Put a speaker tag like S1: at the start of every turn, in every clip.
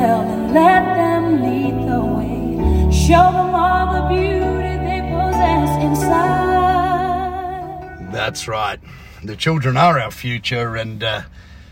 S1: Let them lead the way. Show them all the beauty they possess inside.
S2: That's right. The children are our future, and uh,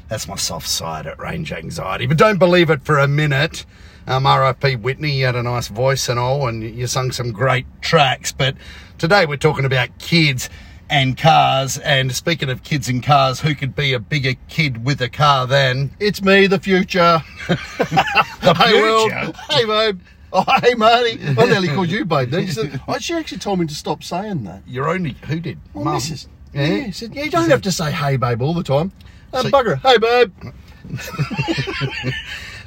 S2: that's my soft side at range anxiety. But don't believe it for a minute. Um, R.I.P. Whitney, you had a nice voice and all, and you sung some great tracks. But today we're talking about kids and cars. And speaking of kids and cars, who could be a bigger kid with a car than
S3: It's me, the future. the hey, world.
S2: future?
S3: Hey, babe. Oh, hey, Marty. I nearly called you babe. Then she, said, oh, she actually told me to stop saying that.
S2: your only? Who did?
S3: Well,
S2: Mum.
S3: Mrs. Yeah. she said, yeah, you don't have to say hey, babe, all the time. Uh, bugger, it. hey, babe.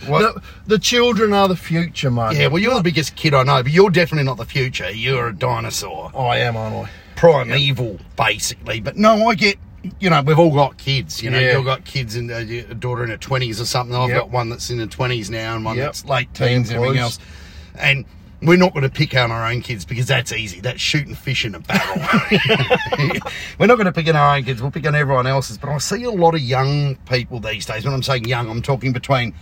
S2: What?
S3: The, the children are the future, mate.
S2: Yeah, well, you're the biggest kid I know, but you're definitely not the future. You're a dinosaur.
S3: Oh, I am, aren't I?
S2: primeval, basically. But no, I get, you know, we've all got kids. You know,
S3: Yeah.
S2: you've got kids and a, a daughter in her twenties or something. I've
S3: Yep.
S2: got one that's in her twenties now and one
S3: Yep.
S2: that's late
S3: They
S2: teens and everything
S3: employs.
S2: else. And we're not going to pick on our own kids because that's easy. That's shooting fish in a barrel. we're not going to pick on our own kids. We'll pick on everyone else's. But I see a lot of young people these days. When I'm saying young, I'm talking between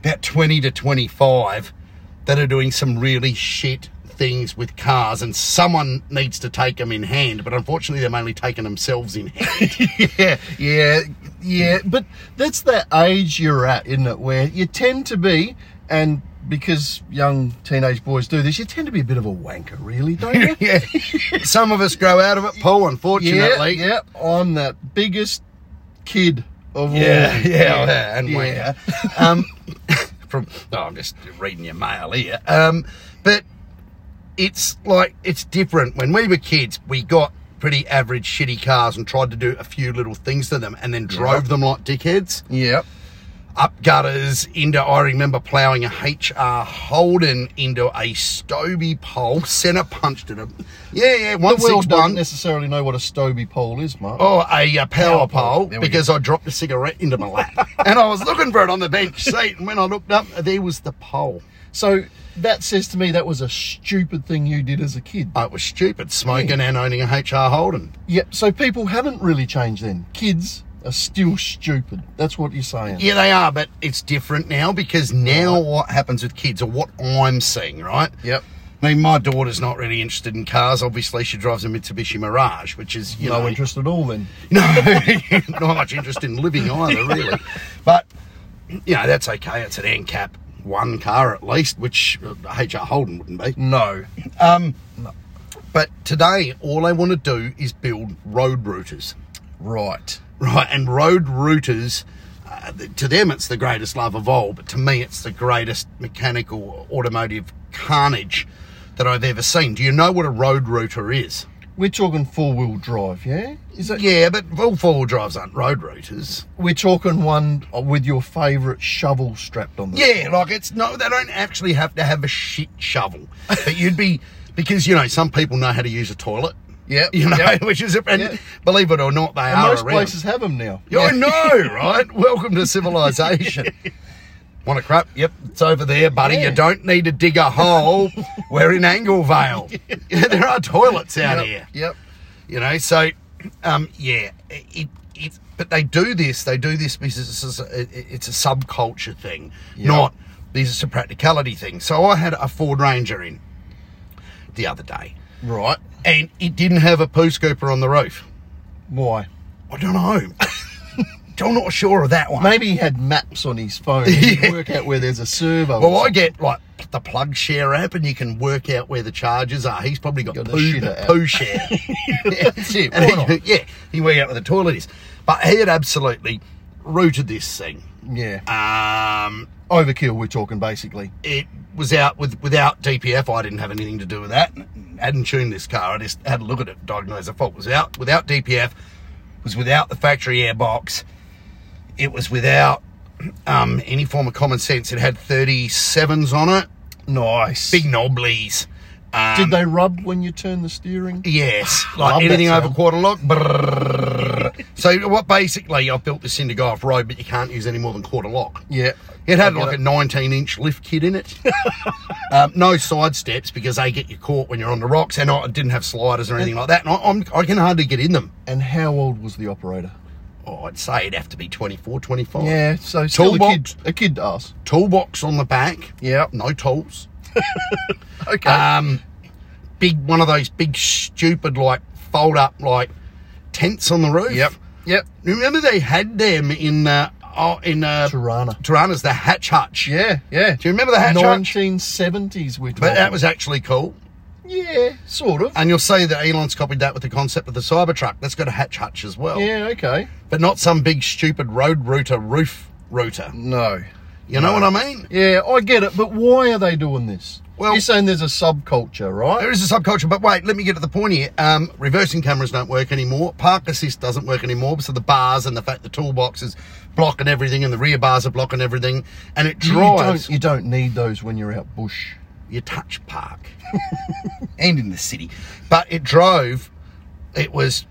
S2: about 20 to 25 that are doing some really shit things with cars and someone needs to take them in hand but unfortunately they're mainly taking themselves in hand
S3: yeah, yeah, yeah. But that's that age you're at, isn't it? Where you tend to be, and because young teenage boys do this, you tend to be a bit of a wanker, really, don't you?
S2: yeah some of us grow out of it paul unfortunately
S3: yeah. I'm that biggest kid of
S2: yeah
S3: all.
S2: yeah, yeah, and wanker. um from no i'm just reading your mail here um but it's like it's different when we were kids we got pretty average shitty cars and tried to do a few little things to them and then drove them like dickheads
S3: Yep.
S2: up gutters into I remember ploughing a HR Holden into a Stoby pole, centre punched at him. Yeah, yeah, one
S3: The world
S2: six
S3: doesn't
S2: one.
S3: necessarily know what a Stoby pole is, Mark.
S2: Oh, a uh, power, pole
S3: There we go.
S2: because I dropped a cigarette into my lap, and I was looking for it on the bench seat. And when I looked up, there was the pole.
S3: So that says to me that was a stupid thing you did as a kid.
S2: Oh, it was stupid smoking and owning a HR Holden.
S3: Yep. So people haven't really changed then. Kids are still stupid. That's what you're saying.
S2: Yeah, they are, but it's different now because now what happens with kids, or what I'm seeing, right?
S3: Yep.
S2: I mean, my daughter's not really interested in cars. Obviously, she drives a Mitsubishi Mirage, which is you
S3: no
S2: know
S3: interest at all then.
S2: No, not much interest in living either, really. But you know that's okay. It's an NCAP one car at least, which uh, HR Holden wouldn't be.
S3: No.
S2: But today, all I want to do is build road routers,
S3: Right.
S2: right? And road routers, uh, th- to them, it's the greatest love of all. But to me, it's the greatest mechanical automotive carnage that I've ever seen. Do you know what a road router is?
S3: We're talking four wheel drive, yeah? Is that
S2: Yeah, but all four-wheel drives aren't road routers.
S3: we're talking one with your favourite shovel strapped on the
S2: Yeah, like it's no, they don't actually have to have a shit shovel. But you'd be because you know some people know how to use a toilet.
S3: Yep,
S2: you know,
S3: yep.
S2: which is and
S3: Yep.
S2: believe it or not, they
S3: And
S2: are
S3: most
S2: around.
S3: places have them now.
S2: Yeah, I know, right? Welcome to civilization. Want a crap? Yep, it's over there, buddy.
S3: Yeah.
S2: You don't need to dig a hole. We're in Anglevale. there are toilets out here
S3: Yep. Yep.
S2: you know so um yeah it it but they do this they do this because it's a, it- it's a subculture thing not this is a practicality thing so i had a ford ranger in the other day
S3: Right.
S2: and it didn't have a poo scooper on the roof
S3: Why?
S2: i don't know i'm not sure of that one
S3: Maybe he had maps on his phone. He could work out where there's a servo.
S2: well, I get like the plug share app, and you can work out where the charges are. He's probably got,
S3: Got the
S2: poo,
S3: shitter app.
S2: poo share.
S3: That's it,
S2: And
S3: why
S2: he-
S3: not?
S2: yeah, he worked out where the toilet is. But he had absolutely rooted this thing.
S3: yeah.
S2: Um,
S3: Overkill, we're talking basically.
S2: it was out with without DPF. I didn't have anything to do with that. Hadn't tuned this car. I just had a look at it, diagnosed the fault. It was out without DPF. Was without the factory airbox. It was without um, any form of common sense. It had 37s on it,
S3: Nice.
S2: big knobblies. Um,
S3: Did they rub when you turn the steering?
S2: Yes, like
S3: Love that
S2: anything over
S3: sound.
S2: quarter lock. brrrr. so what? Basically, I built this in to go off road, but you can't use any more than quarter lock.
S3: Yeah.
S2: It had
S3: I get
S2: like a 19 inch lift kit in it. um, no side steps because they get you caught when you're on the rocks, and I didn't have sliders or anything like that. And I, I'm, I can hardly get in them.
S3: And how old was the operator?
S2: oh, I'd say it'd have to be 24, 25.
S3: Yeah, so still a kid,
S2: Toolbox.
S3: a kid to us.
S2: Toolbox on the back.
S3: Yeah.
S2: No tools.
S3: Okay.
S2: Um, big one of those big stupid like fold up like tents on the roof.
S3: yep. Yep.
S2: Remember they had them in uh, oh, in uh,
S3: Tirana.
S2: Tirana's the Hatch Hutch.
S3: Yeah, yeah.
S2: Do you remember the Hatch Hutch?
S3: 1970s we're talking.
S2: But that was actually cool.
S3: Yeah, sort of.
S2: And you'll see that Elon's copied that with the concept of the Cybertruck. That's got a Hatch Hutch as well.
S3: yeah, okay.
S2: But not some big stupid road router roof router.
S3: No.
S2: You know what I mean?
S3: Yeah, I get it, but why are they doing this?
S2: Well-
S3: You're saying there's a subculture, right?
S2: There is a subculture, but wait, let me get to the point here. Um, reversing cameras don't work anymore. Park assist doesn't work anymore. So the bars and the fact the toolbox is blocking everything and the rear bars are blocking everything and it
S3: you,
S2: drives.
S3: don't,
S2: You,
S3: you don't need those when you're out bush.
S2: touch park and in the city, but it drove. It was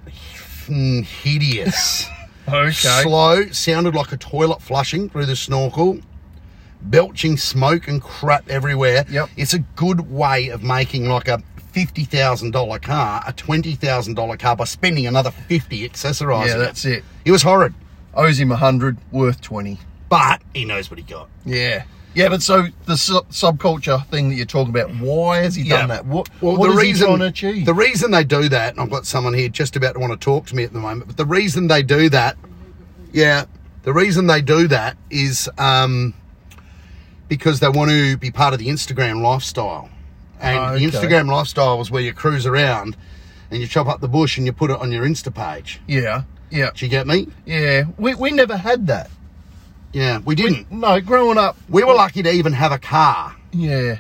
S2: mm, hideous.
S3: Okay.
S2: Slow, sounded like a toilet flushing through the snorkel, belching smoke and crap everywhere.
S3: Yep.
S2: It's a good way of making like a $50,000 car, a $20,000 car by spending another 50 accessorizing.
S3: yeah, that's it.
S2: It was horrid,
S3: Owes him a hundred, worth twenty.
S2: but he knows what he got.
S3: Yeah. Yeah, but so the sub- subculture thing that you're talking about, why has he done that? What,
S2: Well,
S3: what
S2: the
S3: is
S2: reason
S3: he trying to achieve?
S2: the reason they do that, and I've got someone here just about to want to talk to me at the moment. But the reason they do that, yeah, the reason they do that is um, because they want to be part of the Instagram lifestyle, and
S3: Oh,
S2: the
S3: okay.
S2: Instagram lifestyle is where you cruise around and you chop up the bush and you put it on your Insta page.
S3: yeah, yeah,
S2: Do you get me?
S3: yeah. We, we never had that.
S2: Yeah, we didn't.
S3: No, growing up,
S2: We were lucky to even have a car.
S3: Yeah.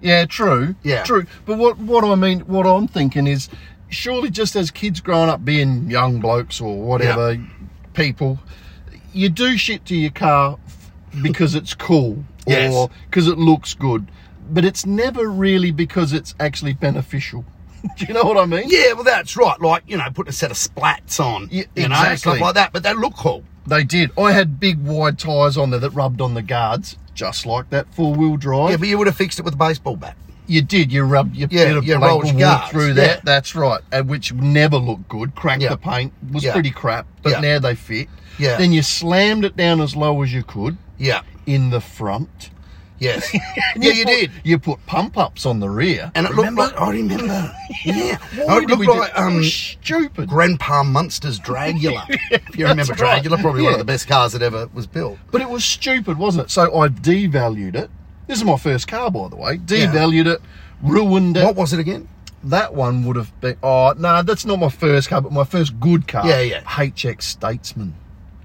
S3: Yeah, true.
S2: Yeah.
S3: True. But what what I mean what I'm thinking is surely just as kids growing up being young blokes or whatever people you do shit to your car f- because it's cool
S2: Yes.
S3: or because it looks good, but it's never really because it's actually beneficial. do you know what I mean?
S2: Yeah, well, that's right. Like you know, putting a set of splats on,
S3: Yeah,
S2: you know, stuff
S3: exactly.
S2: like that. But they look cool.
S3: They did. I had big wide tires on there that rubbed on the guards just like that four-wheel drive.
S2: Yeah, but you would have fixed it with a baseball bat.
S3: You did. You rubbed. You
S2: Yeah,
S3: did a
S2: you
S3: you
S2: rolled your guards,
S3: through
S2: yeah.
S3: that. That's right. And which never looked good. Cracked
S2: Yeah.
S3: the paint. Was
S2: Yeah.
S3: pretty crap. But
S2: Yeah.
S3: now they fit.
S2: Yeah.
S3: Then you slammed it down as low as you could
S2: Yeah.
S3: in the front.
S2: Yes. yeah, you
S3: put-
S2: did.
S3: You put pump ups on the rear.
S2: And it
S3: Remember?
S2: looked like I remember. yeah.
S3: Why
S2: Oh, it
S3: did
S2: looked
S3: we do-
S2: like
S3: It
S2: um
S3: was stupid.
S2: Grandpa Munster's Dragula. if you remember
S3: that's right.
S2: Dragula, probably one of
S3: Yeah.
S2: the best cars that ever was built.
S3: But it was stupid, wasn't it? So I devalued it. This is my first car, by the way. Devalued it, ruined it.
S2: What was it again?
S3: that one would have been. Oh no, that's not my first car, but my first good car.
S2: Yeah, yeah.
S3: HX Statesman.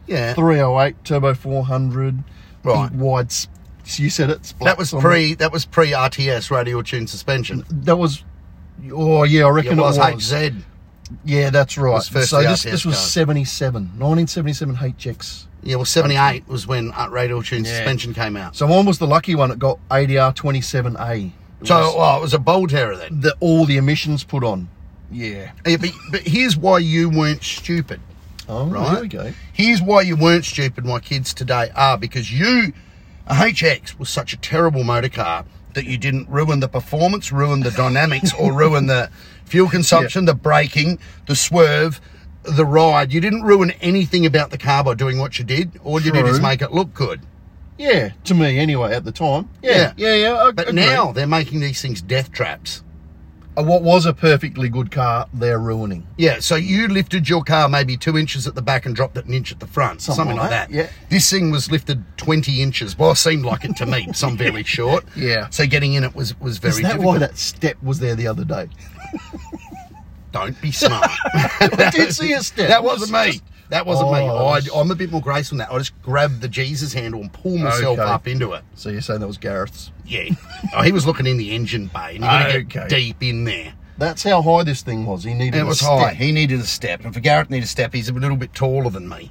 S2: Yeah.
S3: 308 turbo 400
S2: Right.
S3: big wide s- you said it splats
S2: That was
S3: on
S2: pre that was pre RTS radio tune suspension.
S3: the- that was oh yeah i
S2: It
S3: reckon
S2: was HZ.
S3: yeah that's right
S2: was first
S3: so this,
S2: RTS
S3: this was
S2: car.
S3: 77 1977 hx
S2: Yeah, well seventy eight was when uh, radio tune
S3: Yeah.
S2: suspension came out. So,
S3: so mine was the lucky one that got adr 27a It was
S2: well, oh, it was a bold terror then.
S3: the, all the emissions put on yeah
S2: Yeah, but, but here's why you weren't stupid.
S3: oh
S2: Right.
S3: there we go
S2: Here's why you weren't stupid, my kids today are, because you, a HX, was such a terrible motor car that you didn't ruin the performance, ruin the dynamics, or ruin the fuel consumption, the braking, the swerve, the ride. You didn't ruin anything about the car by doing what you did. All you did is
S3: True.
S2: make it look good.
S3: yeah to me anyway at the time yeah yeah yeah, I
S2: But
S3: agree.
S2: now they're making these things death traps.
S3: Uh, what was a perfectly good car they're ruining
S2: Yeah, so you lifted your car maybe two inches at the back and dropped it an inch at the front, something, like that.
S3: yeah.
S2: This thing was lifted 20 inches. Well, it seemed like it to me, because I'm fairly short.
S3: Yeah.
S2: So getting in it was, was very
S3: is that
S2: difficult.
S3: why that step was there the other day
S2: Don't be smart.
S3: I did see a step.
S2: That wasn't me. That wasn't me.
S3: Oh,
S2: I, I'm a bit more graceful than that. I just grab the Jesus handle and pull myself
S3: Okay.
S2: up into it.
S3: So you're saying that was Gareth's?
S2: Yeah. oh, he was looking in the engine bay, and you're going to get
S3: Okay.
S2: deep in there.
S3: That's how high this thing was. He needed.
S2: It
S3: a
S2: was
S3: step.
S2: high. He needed a step. And for Garrett needed a step, he's a little bit taller than me.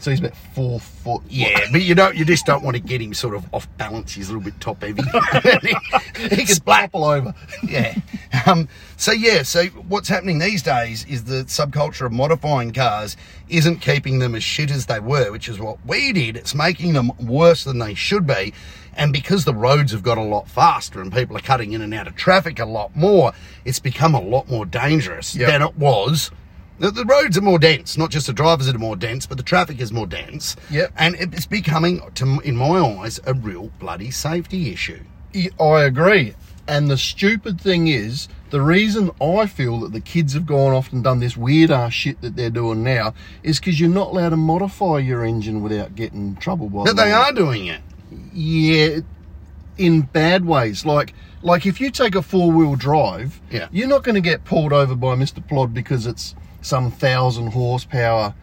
S3: So he's about four foot.
S2: Yeah, but you don't. You just don't want to get him sort of off balance. He's a little bit top heavy. he, he
S3: He's topple over.
S2: Yeah. Um, so yeah. So what's happening these days is the subculture of modifying cars isn't keeping them as shit as they were, which is what we did. It's making them worse than they should be. And because the roads have got a lot faster and people are cutting in and out of traffic a lot more, it's become a lot more dangerous
S3: Yep.
S2: than it was The, the roads are more dense, not just the drivers that are more dense, but the traffic is more dense.
S3: Yep.
S2: And it- it's becoming, to, in my eyes, a real bloody safety issue.
S3: I- I agree. And the stupid thing is, the reason I feel that the kids have gone off and done this weird ass shit that they're doing now is because you're not allowed to modify your engine without getting in trouble by
S2: But
S3: the
S2: they
S3: law.
S2: are doing it.
S3: Yeah, in bad ways. Like, like if you take a four wheel drive,
S2: Yeah.
S3: you're not going to get pulled over by Mister Plod because it's some thousand horsepower,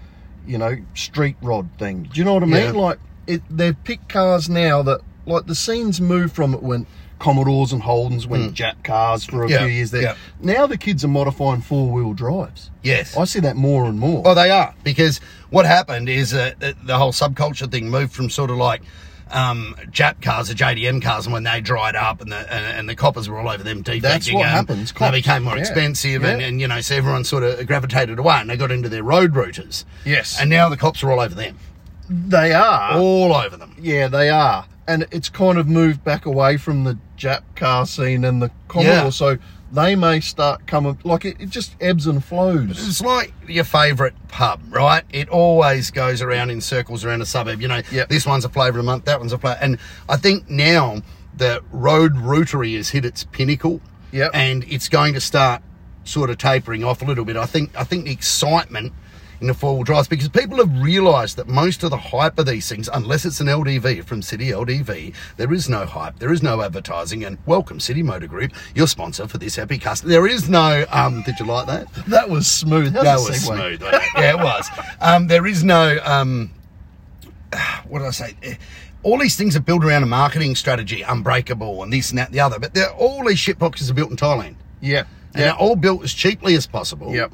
S3: you know, street rod thing. Do you know what I mean?
S2: Yeah.
S3: Like, it, they've picked cars now that like the scenes moved from it when Commodores and Holdens went Jap cars for a
S2: Mm. Yeah,
S3: few years there.
S2: yeah.
S3: Now the kids are modifying four wheel drives.
S2: Yes. Oh,
S3: I see that more and more.
S2: Well, they are because what happened is uh, uh, the whole subculture thing moved from sort of like um, Jap cars to JDM cars, and when they dried up, and the and, and the coppers were all over them defecting,
S3: That's what
S2: um,
S3: happens,
S2: They
S3: cops,
S2: became more
S3: yeah,
S2: expensive, And,
S3: yeah.
S2: and you know, so everyone sort of gravitated away, and they got into their road routers.
S3: Yes. Uh,
S2: and now the cops are all over them,
S3: they are.
S2: all over them.
S3: Yeah, they are. And it's kind of moved back away from the Jap car scene and the Commodore,
S2: Yeah.
S3: so they may start coming. Like it, it just ebbs and flows.
S2: It's like your favourite pub, right? It always goes around in circles around a suburb. You know,
S3: Yep.
S2: this one's a flavour of the month, that one's a flavour. And I think now the road routery has hit its pinnacle.
S3: Yep.
S2: And it's going to start sort of tapering off a little bit. I think I think the excitement in the four wheel drives because people have realised that most of the hype of these things, unless it's an LDV from City LDV, there is no hype, there is no advertising, and welcome City Motor Group, your sponsor for this happy cast. There is no. Um, did you like that?
S3: That was smooth. How's
S2: That
S3: the
S2: was
S3: segue?
S2: smooth. wasn't it? yeah, it was. Um, there is no. Um, what did I say? Eh, All these things are built around a marketing strategy, unbreakable, and this and that and the other. But they're, all these shitboxes are built in Thailand.
S3: Yeah.
S2: And they're all built as cheaply as possible.
S3: Yep.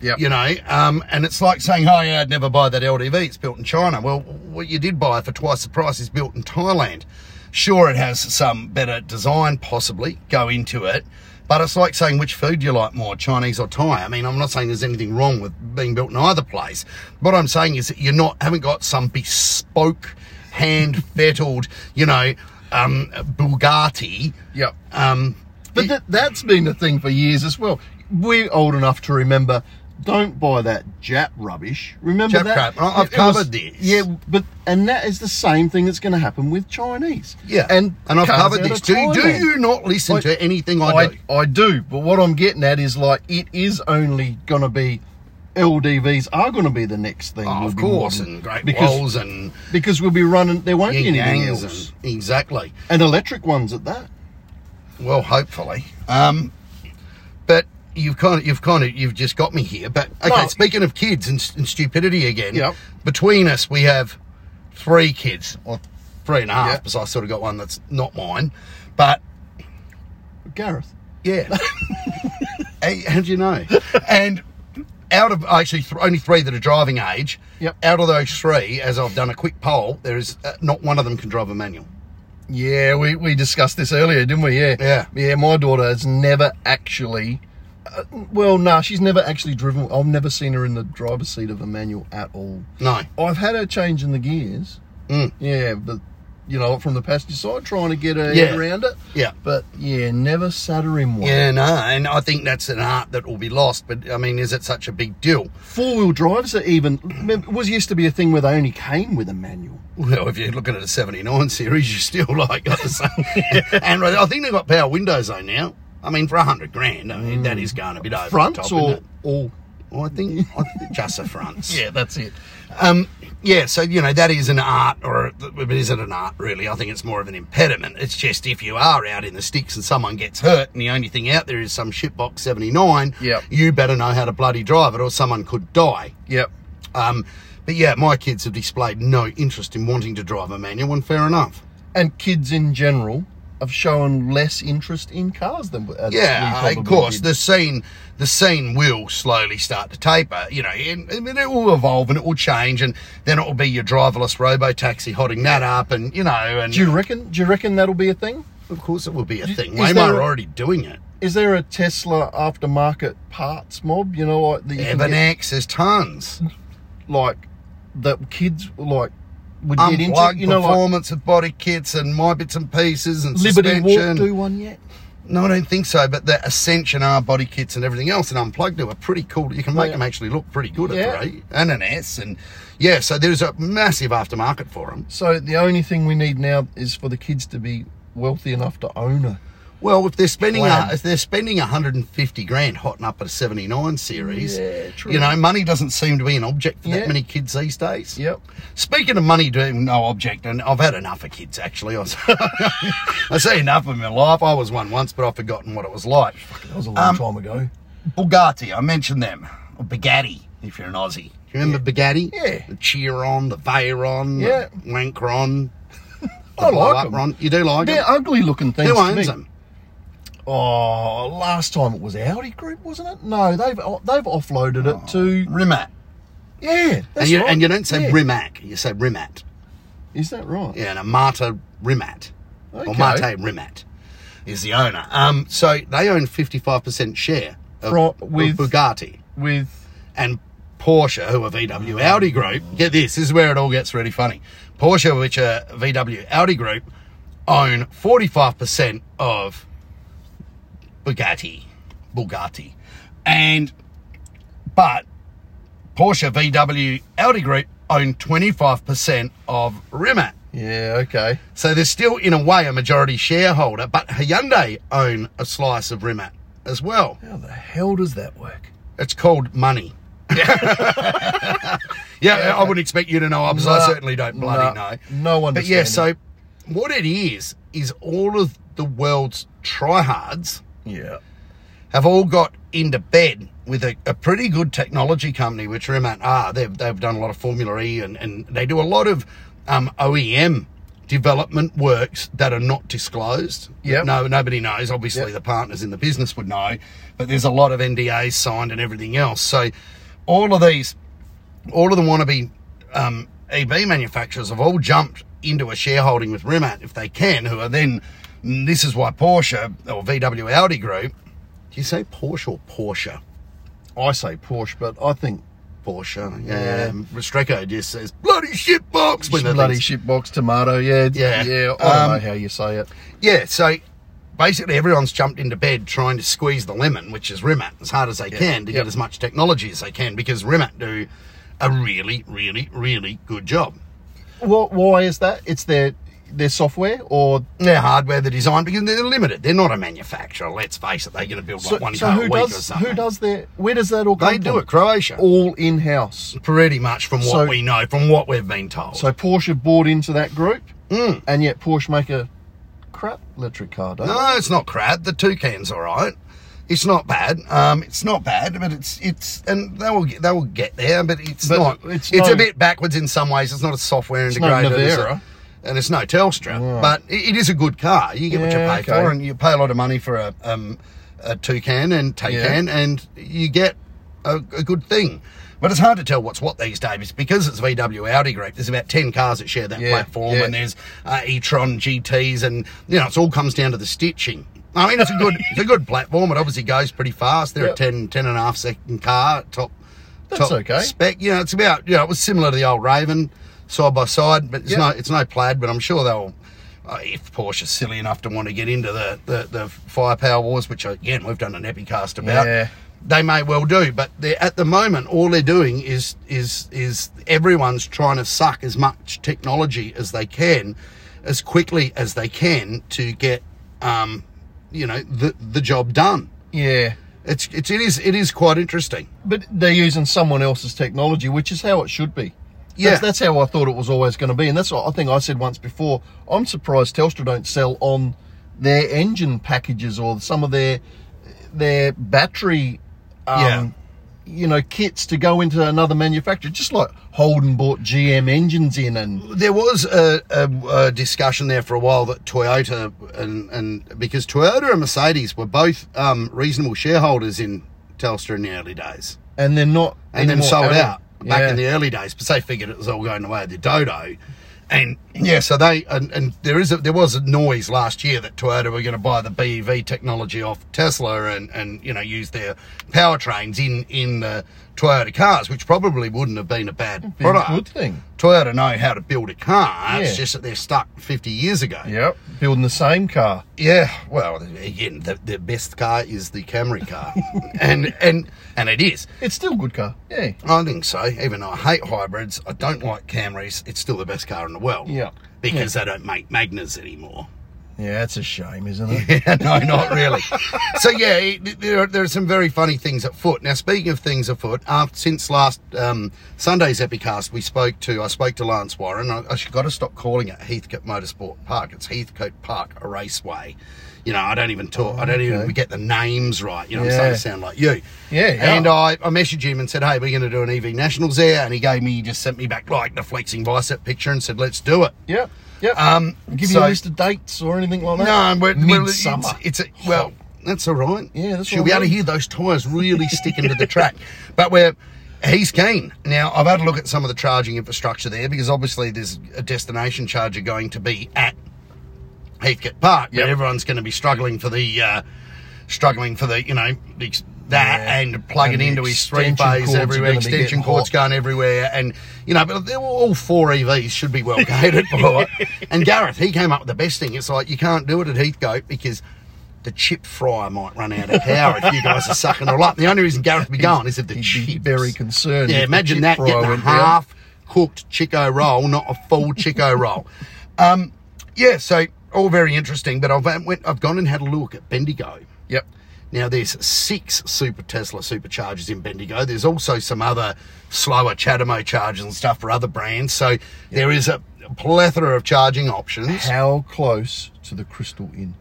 S3: Yep.
S2: You know, um, and it's like saying, "Oh, yeah, I'd never buy that LDV. It's built in China." Well, what you did buy for twice the price is built in Thailand. Sure, it has some better design, possibly go into it, but it's like saying which food do you like more, Chinese or Thai. I mean, I'm not saying there's anything wrong with being built in either place. What I'm saying is that you're not haven't got some bespoke, hand fettled, you know, um, Bugatti.
S3: Yep.
S2: Um,
S3: But that, that's been a thing for years as well. We're old enough to remember. Don't buy that Jap rubbish. Remember
S2: Jap
S3: that?
S2: crap. I- I've
S3: It- it was-
S2: covered this.
S3: Yeah, but and that is the same thing that's going to happen with Chinese.
S2: yeah,
S3: and
S2: and I've
S3: cars
S2: covered
S3: out
S2: this.
S3: of
S2: Do, do
S3: Thailand.
S2: you not listen
S3: I-
S2: to anything I, do?
S3: I, I do, but what I'm getting at is like it is only going to be LDVs are going to be the next thing.
S2: Oh,
S3: we'll
S2: of
S3: be
S2: course,
S3: modern.
S2: and great
S3: because,
S2: walls and
S3: because we'll be running. There won't be
S2: yin
S3: anything
S2: yangs
S3: else,
S2: and exactly.
S3: and electric ones at that.
S2: Well, hopefully, um, but you've kind of, you've kind of, you've just got me here. But okay,
S3: No.
S2: speaking of kids and, s- and stupidity again,
S3: Yep.
S2: between us we have three kids or three and a half.
S3: Yep.
S2: Because I sort of got one that's not mine, but
S3: Gareth,
S2: Yeah. Hey, how do you know? And out of actually th- only three that are driving age,
S3: Yep.
S2: out of those three, as I've done a quick poll, there is uh, not one of them can drive a manual.
S3: yeah, we we discussed this earlier, didn't we? Yeah,
S2: Yeah.
S3: yeah. My daughter has never actually. Uh, well, nah, she's never actually driven. I've never seen her in the driver's seat of a manual at all.
S2: No.
S3: I've had her changing the gears.
S2: Mm.
S3: Yeah, but you know, from the passenger side, trying to get her
S2: Yeah.
S3: head around it.
S2: Yeah.
S3: But yeah, never sat her in one.
S2: Yeah, no, and I think that's an art that will be lost. But I mean, is it such a big deal?
S3: Four wheel drives are even remember, it was used to be a thing where they only came with a manual.
S2: Well, if you're looking at a '79 series, you still like got the same. and I think they've got power windows though now. I mean, for a hundred grand, I mean that is going a bit over
S3: Front
S2: the top, isn't
S3: Mm. or
S2: it?
S3: all?
S2: Well, I think I think just the fronts.
S3: that's it.
S2: Um, yeah, so you know that is an art, or but is it an art really? I think it's more of an impediment. It's just if you are out in the sticks and someone gets hurt, and the only thing out there is some shitbox seventy nine.
S3: Yep.
S2: you better know how to bloody drive it, or someone could die.
S3: Yep.
S2: Um, but yeah, my kids have displayed no interest in wanting to drive a manual, and fair enough.
S3: And kids in general have shown less interest in cars than as we
S2: Yeah,
S3: probably
S2: of course.
S3: did.
S2: The scene, the scene will slowly start to taper. You know, and, and it will evolve and it will change, and then it will be your driverless robo taxi hotting that up, and you know, and
S3: Do you reckon? Do you reckon that'll be a thing?
S2: Of course, it will be a
S3: Y-
S2: thing.
S3: is
S2: Waymo
S3: there
S2: are
S3: a-
S2: already doing it.
S3: Is there a Tesla aftermarket parts mob? You know, like that you can get-
S2: Evanex, there's tons.
S3: like that kids like would
S2: Um,
S3: get into.
S2: Unplugged
S3: You know, like
S2: performance of body kits and my bits and pieces and
S3: Liberty Walk
S2: suspension.
S3: do one yet?
S2: No, I don't think so. But the Ascension R body kits and everything else and Unplugged do are pretty cool. You can make
S3: Yeah.
S2: them actually look pretty good
S3: Yeah.
S2: at the rate. And an S. And yeah, so there's a massive aftermarket for them.
S3: So the only thing we need now is for the kids to be wealthy enough to own a
S2: Well, if they're spending a,
S3: Plan.
S2: if they're spending 150 grand hotting up at a 79 series,
S3: Yeah, true.
S2: you know, money doesn't seem to be an object for
S3: Yeah.
S2: that many kids these days.
S3: Yep.
S2: Speaking of money being no object, and I've had enough of kids actually. I, was, I say enough in my life. I was one once, but I've forgotten what it was like.
S3: That was a
S2: Um,
S3: long time ago.
S2: Bugatti, I mentioned them. Or Bugatti, if you're an Aussie. Do you remember Bugatti?
S3: Yeah.
S2: The Chiron, the Veyron,
S3: Yeah.
S2: the Lancron.
S3: I
S2: the
S3: like
S2: blow-up
S3: them.
S2: Ron. You do like
S3: They're
S2: them?
S3: ugly looking things.
S2: Who
S3: to me.
S2: owns them?
S3: Oh, last time it was Audi Group, wasn't it? No, they've they've offloaded it to
S2: Rimac.
S3: yeah.
S2: Oh. And
S3: that's
S2: you,
S3: right.
S2: and you don't say
S3: Yeah.
S2: Rimac, you say Rimat.
S3: Is that right?
S2: Yeah, and a Marta Rimat. Or
S3: Okay.
S2: Marte Rimat is the owner. Um, so they own 55% share of,
S3: Fro-
S2: of
S3: with-
S2: Bugatti.
S3: With
S2: and Porsche, who are VW Audi Group, get this, this is where it all gets really funny. Porsche, which are VW Audi Group, own 45% of Bugatti. Bugatti. And, but Porsche, VW Audi Group own 25% of Rimac.
S3: yeah, okay.
S2: So they're still, in a way, a majority shareholder, but Hyundai own a slice of Rimac as well.
S3: How the hell does that work?
S2: It's called money. yeah, I wouldn't expect you to know because I
S3: Nah,
S2: certainly don't bloody
S3: nah,
S2: know.
S3: no one
S2: But yeah,
S3: understands
S2: so what it is is all of the world's tryhards
S3: Yeah.
S2: have all got into bed with a, a pretty good technology company, which Rimac are. ah, They've, they've done a lot of Formula E and, and they do a lot of um, OEM development works that are not disclosed.
S3: Yep.
S2: No, nobody knows. Obviously,
S3: Yep.
S2: the partners in the business would know, but there's a lot of NDAs signed and everything else. So all of these all of the wannabe um, EV manufacturers have all jumped into a shareholding with Rimac if they can, who are then, and this is why Porsche or VW Audi Group, do you say Porsche or Porsche?
S3: I say Porsche, but I think
S2: Porsche,
S3: Oh, Yeah.
S2: yeah. Um, Restrepo just says, bloody shit box. When the
S3: bloody
S2: thing's-
S3: shitbox tomato. Yeah,
S2: Yeah.
S3: yeah. I don't
S2: Um,
S3: know how you say it.
S2: Yeah, so basically everyone's jumped into bed trying to squeeze the lemon, which is Rimac, as hard as they can to
S3: Yep.
S2: get as much technology as they can because Rimac do a really, really, really good job.
S3: What? Why is that? It's their their software or
S2: their hardware, the design, because they're limited. They're not a manufacturer. Let's face it, they're going to build like
S3: so,
S2: one
S3: so
S2: car
S3: who
S2: a week or
S3: does
S2: something.
S3: who does their where does that all come
S2: They do
S3: from?
S2: it, Croatia.
S3: all in house.
S2: Pretty much from what
S3: So-
S2: we know, from what we've been told.
S3: So Porsche bought into that group, and yet Porsche make a crap electric car, don't
S2: no, it's not crap. The toucan's all right. It's not bad. Um, it's not bad, but it's it's and they will get, they will get there, but it's
S3: But
S2: not.
S3: it's
S2: It's,
S3: no-
S2: a bit backwards in some ways. It's not a software
S3: no
S2: integrator, it's a-
S3: Navara.
S2: and it's no Telstra, but it, it is a good car. You get what you
S3: Yeah,
S2: pay
S3: okay.
S2: for, and you pay a lot of money for a um, a toucan and Taycan, and you get a, a good thing. But it's hard to tell what's what these days because it's VW Audi Group. There's about ten cars that share that
S3: Yeah,
S2: platform,
S3: yeah.
S2: and there's uh, e-tron GTS, and you know it's all comes down to the stitching. I mean, it's a good it's a good platform. It obviously goes pretty fast. They're
S3: Yep.
S2: a 10, 10 and a half second car top.
S3: That's
S2: top
S3: okay.
S2: Spec, you know, it's about you know it was similar to the old Raven, side by side, but it's
S3: Yep.
S2: no it's no plaid. But I'm sure they'll. Uh, if Porsche's silly enough to want to get into the, the, the firepower wars, which again we've done an epicast about,
S3: Yeah.
S2: they may well do. But they're, at the moment, all they're doing is is is everyone's trying to suck as much technology as they can, as quickly as they can to get, um, you know, the the job done.
S3: Yeah,
S2: It's, it's it is it is quite interesting.
S3: but they're using someone else's technology, which is how it should be.
S2: Yeah.
S3: that's, that's how I thought it was always going to be, and that's what I think I said once before. I'm surprised Telstra don't sell on their engine packages or some of their their battery. Um,
S2: Yeah.
S3: You know, kits to go into another manufacturer, just like Holden bought GM engines in, and
S2: there was a, a, a discussion there for a while that Toyota and, and because Toyota and Mercedes were both um, reasonable shareholders in Telstra in the early days,
S3: and they're not
S2: and then
S3: anymore,
S2: sold
S3: are they?
S2: out back
S3: Yeah.
S2: in the early days. But they figured it was all going the way of the dodo, and yeah, so they and, and there is a, there was a noise last year that Toyota were going to buy the E BEV technology off Tesla and and you know use their powertrains in in the Toyota cars, which probably wouldn't have been a bad
S3: Been a
S2: product.
S3: good thing.
S2: Toyota know how to build a car.
S3: Yeah.
S2: It's just that they're stuck 50 years ago.
S3: Yep. Building the same car.
S2: Yeah, well, again, the, the best car is the Camry car, and and and it is.
S3: It's still a good car. Yeah.
S2: I think so. Even though I hate hybrids, I don't like Camrys. It's still the best car in the world.
S3: Yeah.
S2: because they don't make Magnas anymore.
S3: Yeah, that's a shame, isn't it?
S2: Yeah, no, not really. so yeah, it, there, are, there are some very funny things afoot. Now, speaking of things afoot, uh, since last um, Sunday's Epicast, we spoke to I spoke to Lance Warren. I, I got to stop calling it Heathcote Motorsport Park. It's Heathcote Park, a raceway. You know, I don't even talk. I don't even get the names right. You know, I'm starting
S3: Yeah.
S2: to sound like you.
S3: Yeah, yeah.
S2: And I, I messaged him and said, "Hey, we're going to do an EV Nationals there," and he gave me he just sent me back like the flexing bicep picture and said, "Let's do it."
S3: Yep. Yep.
S2: Um,
S3: give
S2: so-
S3: you a list of dates or anything like that.
S2: No, we're, we're, it's,
S3: midsummer.
S2: it's a, well, that's all right.
S3: Yeah, that's
S2: She'll
S3: what
S2: be
S3: I
S2: able to
S3: mean.
S2: hear those tyres really sticking to the track. But we're he's keen. Now I've had a look at some of the charging infrastructure there because obviously there's a destination charger going to be at Heathcote Park, but
S3: Yep.
S2: everyone's going to be struggling for the uh, struggling for the you know the ex- that
S3: Yeah,
S2: and plugging
S3: and the
S2: into his three
S3: extension
S2: phase
S3: cords are
S2: everywhere,
S3: gonna be
S2: extension
S3: getting
S2: cords
S3: hot.
S2: going everywhere, and you know, but they were all four EVs should be well catered for. and Gareth, he came up with the best thing. It's like you can't do it at Heathcote because. The chip fryer might run out of power if you guys are sucking all up. The only reason Gareth would be going is if the
S3: He'd
S2: chips.
S3: be very concerned. if
S2: Yeah,
S3: the
S2: imagine
S3: chip
S2: that
S3: fryer
S2: getting a
S3: went down.
S2: half cooked Chico roll, not a full Chico roll. Um, yeah, so all very interesting. But I've um, went, I've gone and had a look at Bendigo.
S3: Yep.
S2: Now there's six Super Tesla superchargers in Bendigo. There's also some other slower Chatamo chargers and stuff for other brands. So there is a plethora of charging options.
S3: How close to the Crystal Inn?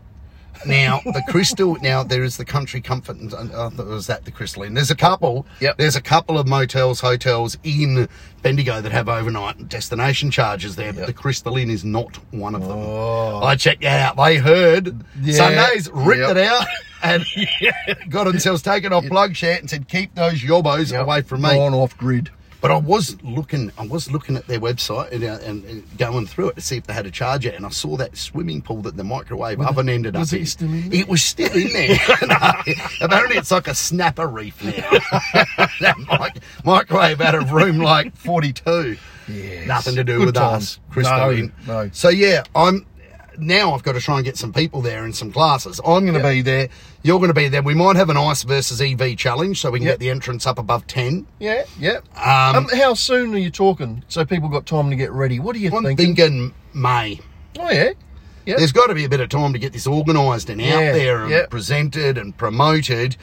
S2: Now the crystal. Now there is the country comfort, and and I thought it was that the crystal inn. There's a couple.
S3: Yep.
S2: There's a couple of motels, hotels in Bendigo that have overnight destination charges there, but the crystal inn is not one of them. I checked that out. They heard
S3: Oh. Yeah.
S2: Sundays ripped it
S3: Yep.
S2: out and got themselves taken off plug share and said, "Keep those yobos away from me."
S3: Gone off grid.
S2: But I was looking, I was looking at their website and, uh, and, and going through it to see if they had a charger, and I saw that swimming pool that the microwave oven ended
S3: was
S2: up
S3: it
S2: in.
S3: still in
S2: It was still in there. No, apparently, it's like a snapper reef now. that mic- microwave out of room like forty-two.
S3: Yes.
S2: Nothing to do
S3: Good
S2: with
S3: times.
S2: us, Christine.
S3: No, no.
S2: So yeah, I'm now I've got to try and get some people there and some classes. I'm going to
S3: Yeah.
S2: be there. You're going to be there. We might have an ice versus EV challenge, so we can
S3: Yeah.
S2: get the entrance up above ten.
S3: Yeah, yeah.
S2: Um,
S3: Um, how soon are you talking? So people got time to get ready. What do you
S2: I'm
S3: think?
S2: thinking May.
S3: oh yeah, yeah.
S2: There's got to be a bit of time to get this organised and out
S3: Yeah,
S2: there and
S3: yeah.
S2: presented and promoted.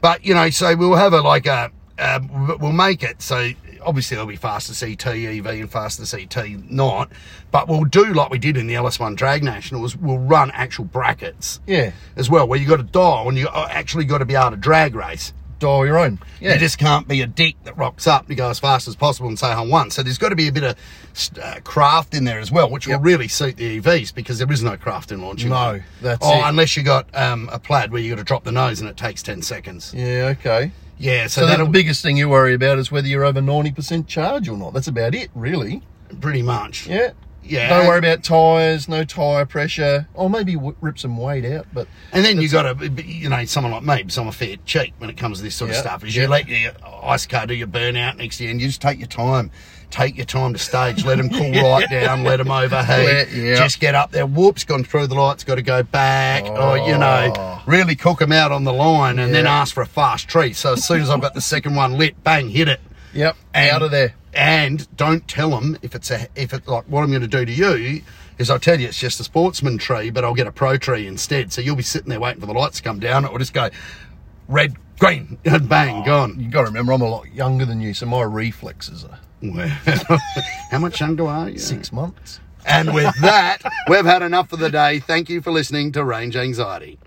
S2: But you know, so we'll have a like a um, we'll make it. So obviously there'll be faster CT EV and faster CT not. But we'll do like we did in the LS1 Drag Nationals. We'll run actual brackets
S3: yeah.
S2: as well, where you got to dial and you actually got to be able to drag race.
S3: Dial your own. Yeah,
S2: You just can't be a dick that rocks up to go as fast as possible and say I won. So there's got to be a bit of uh, craft in there as well, which will really suit the EVs because there is no craft in launching.
S3: No,
S2: one.
S3: that's
S2: oh,
S3: it.
S2: unless you got um, a plaid where you got to drop the nose and it takes ten seconds.
S3: yeah. Okay.
S2: Yeah, so,
S3: So, then
S2: that'll
S3: the
S2: be
S3: biggest thing you worry about is whether you're over ninety percent charge or not. That's about it, really.
S2: pretty much.
S3: Yeah.
S2: Yeah.
S3: Don't worry about tires, no tire pressure, or maybe w- rip some weight out. But
S2: And then you got to, you know, someone like me, because I'm a fair cheat when it comes to this sort
S3: Yeah,
S2: of stuff, is
S3: yeah.
S2: you let your ice car do your burnout next year and you just take your time. Take your time to stage, let them cool right down, let them overheat.
S3: Yeah, yeah.
S2: Just get up there, whoops, gone through the lights, got to go back, or, you know,
S3: Oh.
S2: really cook them out on the line and then
S3: Yeah.
S2: ask for a fast treat. So as soon as I've got the second one lit, bang, hit it.
S3: yep,
S2: And-
S3: out of there.
S2: And don't tell them if it's a if it's like what I'm going to do to you is I'll tell you it's just a sportsman tree, but I'll get a pro tree instead. So you'll be sitting there waiting for the lights to come down. It will just go red, green, and bang, gone.
S3: You got to remember, I'm a lot younger than you, so my reflexes are
S2: Well, How much younger are you?
S3: six months.
S2: And with that, we've had enough for the day. Thank you for listening to Range Anxiety.